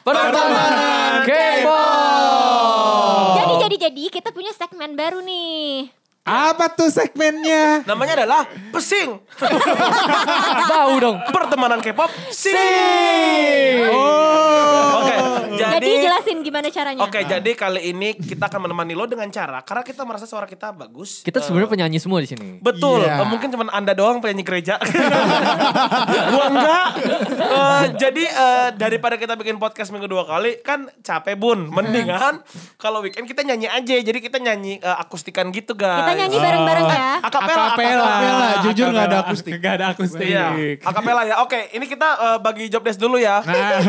Pertemanan Kepo. Oh. Jadi jadi jadi kita punya segmen baru nih. Apa tuh segmennya? Namanya adalah Pesing. Bau dong. Pertemanan K-pop Sing. Oh. Oke, Jadi, jadi jelasin gimana caranya. Oke, jadi kali ini kita akan menemani lo dengan cara karena kita merasa suara kita bagus. Kita Eh, sebenarnya penyanyi semua di sini. Betul, Eh, Iya. mungkin cuman Anda doang penyanyi gereja. Gua enggak. Eh, jadi eh, daripada kita bikin podcast minggu dua kali kan capek bun. Mendingan kalau weekend kita nyanyi aja. Jadi kita nyanyi eh, akustikan gitu guys. Kita nyanyi bareng-bareng ya. Ah, Akapela, Akapela. akapela. Iya. Jujur nggak ada akustik. Gak ada akustik. Iya, akapela ya. Oke, ini kita eh, bagi job desk dulu ya. Nah.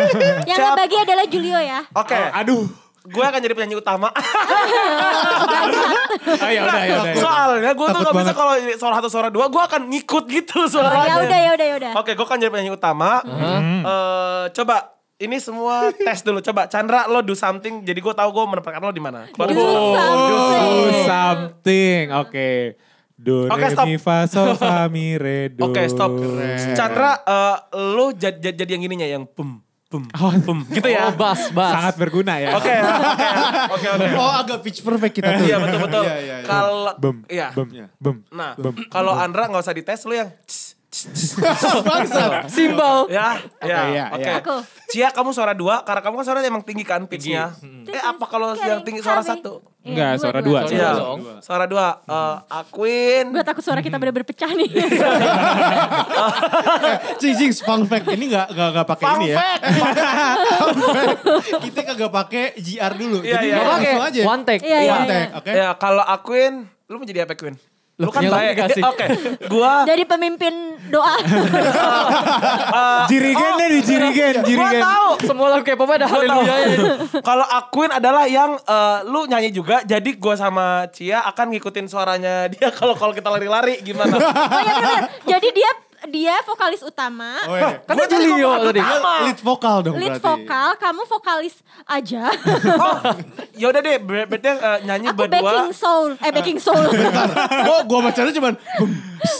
Yang nggak bagi adalah Julio ya. Oh, Oke, Ah, Aduh. gue akan jadi penyanyi utama. Ayo udah, ya udah. Soalnya gue tuh Takut gak bisa banget. kalau suara satu suara dua, gue akan ngikut gitu Ya suaranya. udah ya udah ya udah. Oke, gue kan jadi penyanyi utama. Hmm. Eh, coba ini semua tes dulu. Coba Chandra lo do something. Jadi gue tahu gue menempatkan lo di mana. Keluar Do dulu. Do something. Oh, something. Oke. Do Oke, re stop. mi fa sol fa mi re do. Oke, stop. Keren. Chandra, eh, lo jad- jad- jadi yang ininya yang pum pum pum Oh, gitu ya. bas, bas. Sangat berguna ya. Oke, oke, oke, oke. Oh agak pitch perfect kita tuh. Iya betul betul. Iya, iya, iya. Kalau Bem, iya. bem, bem. Nah, bem. kalau Andra nggak usah dites lo yang cs, cs, cs. Bangsat. Simbol. Ya, iya, ya, oke. iya. Aku. Cia, kamu suara dua, karena kamu kan suara emang tinggi kan pitch-nya. Hmm. Eh, apa kalau yang tinggi suara satu? Enggak, suara dua. Suara Iya, dong. suara dua. Eh, akuin. Gue takut suara kita bener-bener pecah nih. Cing cing fun fact ini gak, gak, gak pakai Fun ini ya. fact. Fun fact. kita kagak pakai GR dulu. Iya, Jadi iya. Gak Nggak pakai. Eh, langsung aja. One take. Iya, iya, One iya. take, oke. Ya, kalau akuin, lu mau jadi apa Queen? Lu kan Ya, lu baik. nggak sih? Oke, gua Jadi pemimpin doa. eh, Jirigen deh di jirigen, gua jirigen. tahu. Oh, Semua lagu K-pop ada Gua tahu. haleluya. ya. Kalau akuin adalah yang eh, lu nyanyi juga, jadi gua sama Cia akan ngikutin suaranya dia kalau kalau kita lari-lari gimana? Oh iya bener. Jadi dia dia vokalis utama. Oh, iya. Kan Gue dia jadi Julio kompak tadi. Dia utama. lead vokal dong Lead berarti. vokal, kamu vokalis aja. Oh, ya udah deh, ber- berarti eh, nyanyi Aku berdua. backing soul, eh backing soul. Oh gue bacanya cuman. bum.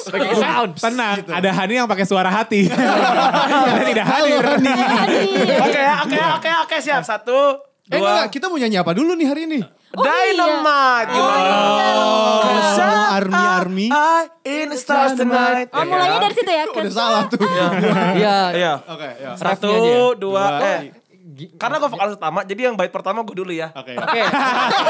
Pakai sound. Tenang, Gitu. ada Hani yang pakai suara hati. Karena tidak hadir. Iya, Aduh. Oke, ya, oke, oke, oke, siap. Satu, Eh dua, enggak, kita mau nyanyi apa dulu nih hari ini? Oh, iya. dynamite. Gimana? Oh, Cause Army Army. I in the stars tonight. Oh mulainya dari situ ya. Udah salah tuh. Iya. Iya. Oke, ya. Satu, Rafnya aja. dua, Dua. eh. Karena gue vokalis utama, jadi yang bait pertama gue dulu ya. Oke. Oke.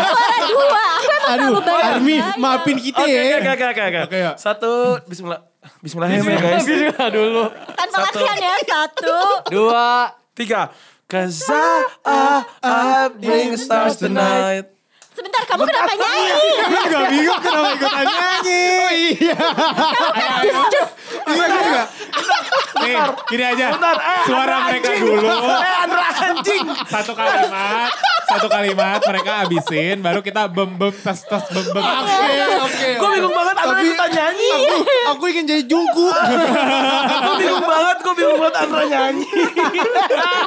Suara dua. Aku emang terlalu Aduh, banyak. Army maafin kita Oke, oke, ya. oke, oke, oke. Oke, ya. iya, Satu, bismillah. Bismillahirrahmanirrahim guys. Bismillah dulu. Tanpa latihan ya. Satu. Dua. Tiga. Cause I, I, I bring stars tonight. Sebentar, kamu kenapa nyanyi? Gue juga bingung kenapa ikutan nyanyi. Oh iya. Iya kan juga. Nih, gini aja. Bentar, eh, Suara Andra mereka anjing. dulu. Eh, Andra anjing. Satu kalimat. Satu kalimat mereka habisin. Baru kita bem-bem tes-tes bem-bem. Oke, oke. Gue bingung banget, Andra Tapi- ikutan nyanyi. Aku, iya. aku ingin jadi jugu. Gue bingung banget, gue bingung banget Andra nyanyi.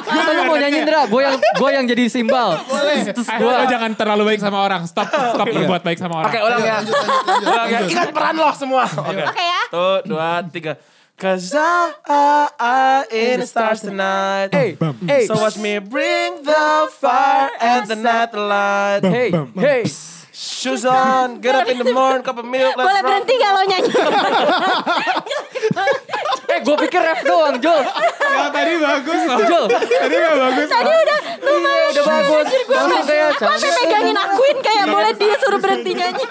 Atau lu mau nyanyi Indra? Gue yang gue yang jadi simbal. Boleh. Eh, lo jangan terlalu baik sama orang. Stop, stop berbuat baik sama orang. Oke, ulang ya. Ulang ya. Ingat peran lo semua. Oke. Oke ya. Satu, dua, tiga. Cause I, I, I in the stars tonight. Hey, hey. So watch me bring the fire and the night light. Hey, hey. Shoes on, get up in the morning, cup of Boleh milk, let's rock. berhenti gak lo nyanyi? Eh, gue pikir ref doang, Jol. Nah, tadi bagus loh. Jol. Tadi gak bagus. Tadi udah lumayan. Iya, Udah bagus. Langsung kayak Aku sampai megangin akuin kayak boleh dia suruh berhenti nyanyi.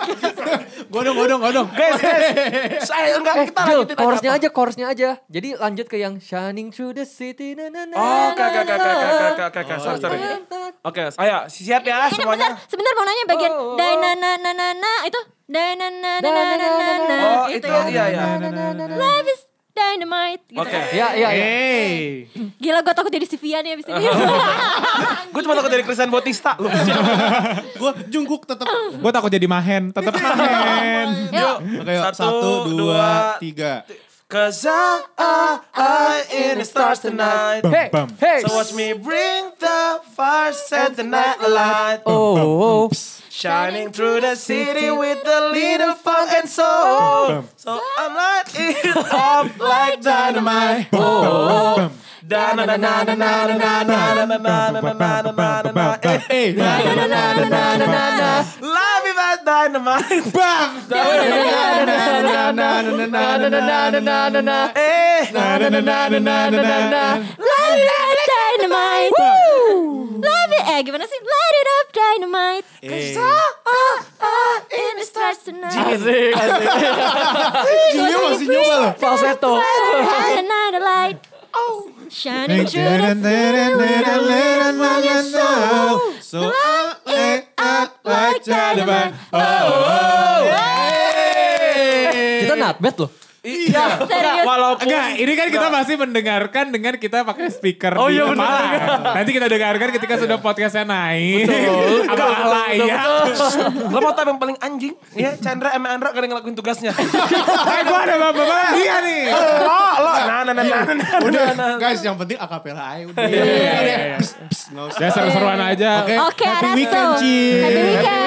Godong, godong, godong. Guys, guys. Saya enggak Kan gitu, kita Jol, lanjutin Eh, chorusnya aja, chorusnya aja. Jadi lanjut ke yang shining through the city. na, na, na, Oh, oke, oke, oke, na, na, oke, oke, na. oke, oke, oke, sorry, sorry. Bentar. Oke, ayo, siap ya Ini bentar, semuanya. sebentar mau nanya bagian Oh, oh, oh. dai na na na na na itu dai na na na na na na na Oh, gitu itu, ya. iya, iya. Life is dynamite gitu. Oke. Ya, ya, ya. Hey. Gila gue takut jadi Sivian ya abis ini. Gue cuma takut dari Kristen Bautista. Lu. Gue jungkuk tetap. Gue takut jadi mahen. Tetep mahen. Yuk. Oke, yuk. satu, dua, tiga. Cause I, I, I in the stars tonight. Hey, Bam. hey. So watch me bring the fire, set the night light. Oh, oh. Shining through the city with a little fun and soul. So I'm lighting it up like dynamite. Bam, bam, Dan dan dan dan dan dan dan dan dan dan Eh, Eh, nah, nah, nah, nah, nah, nah, nah, nah, nah. Love you, but dynamite. Bang! Eh, Light it up dynamite. Woo. Love it. Eh gimana sih? Light it up dynamite. Cause it's all, all, all in the stars tonight. Asik. Julio masih nyoba loh. Falsetto. Light it up, light. Oh, shining through the So I light up like dynamite. Oh, oh, Kita not bad loh. iya. Enggak, Walaupun Enggak, ini kan kita masih mendengarkan dengan kita pakai speaker Oh, di iya, bener. kepala. Nanti kita dengarkan ketika sudah podcastnya naik. Apa ala ya? Lo mau tau yang paling anjing? Ya, Chandra sama Andra kadang ngelakuin tugasnya. Eh, gua ada bapak dia nih. Lo, lo. Nah, nah, nah, nah, nah, nah. Udah, guys yang penting akapela aja udah. Iya, iya, iya. Psst, psst, nggak usah. Ya seru-seruan aja. Oke, Happy Arasto. weekend, Ci. Happy weekend.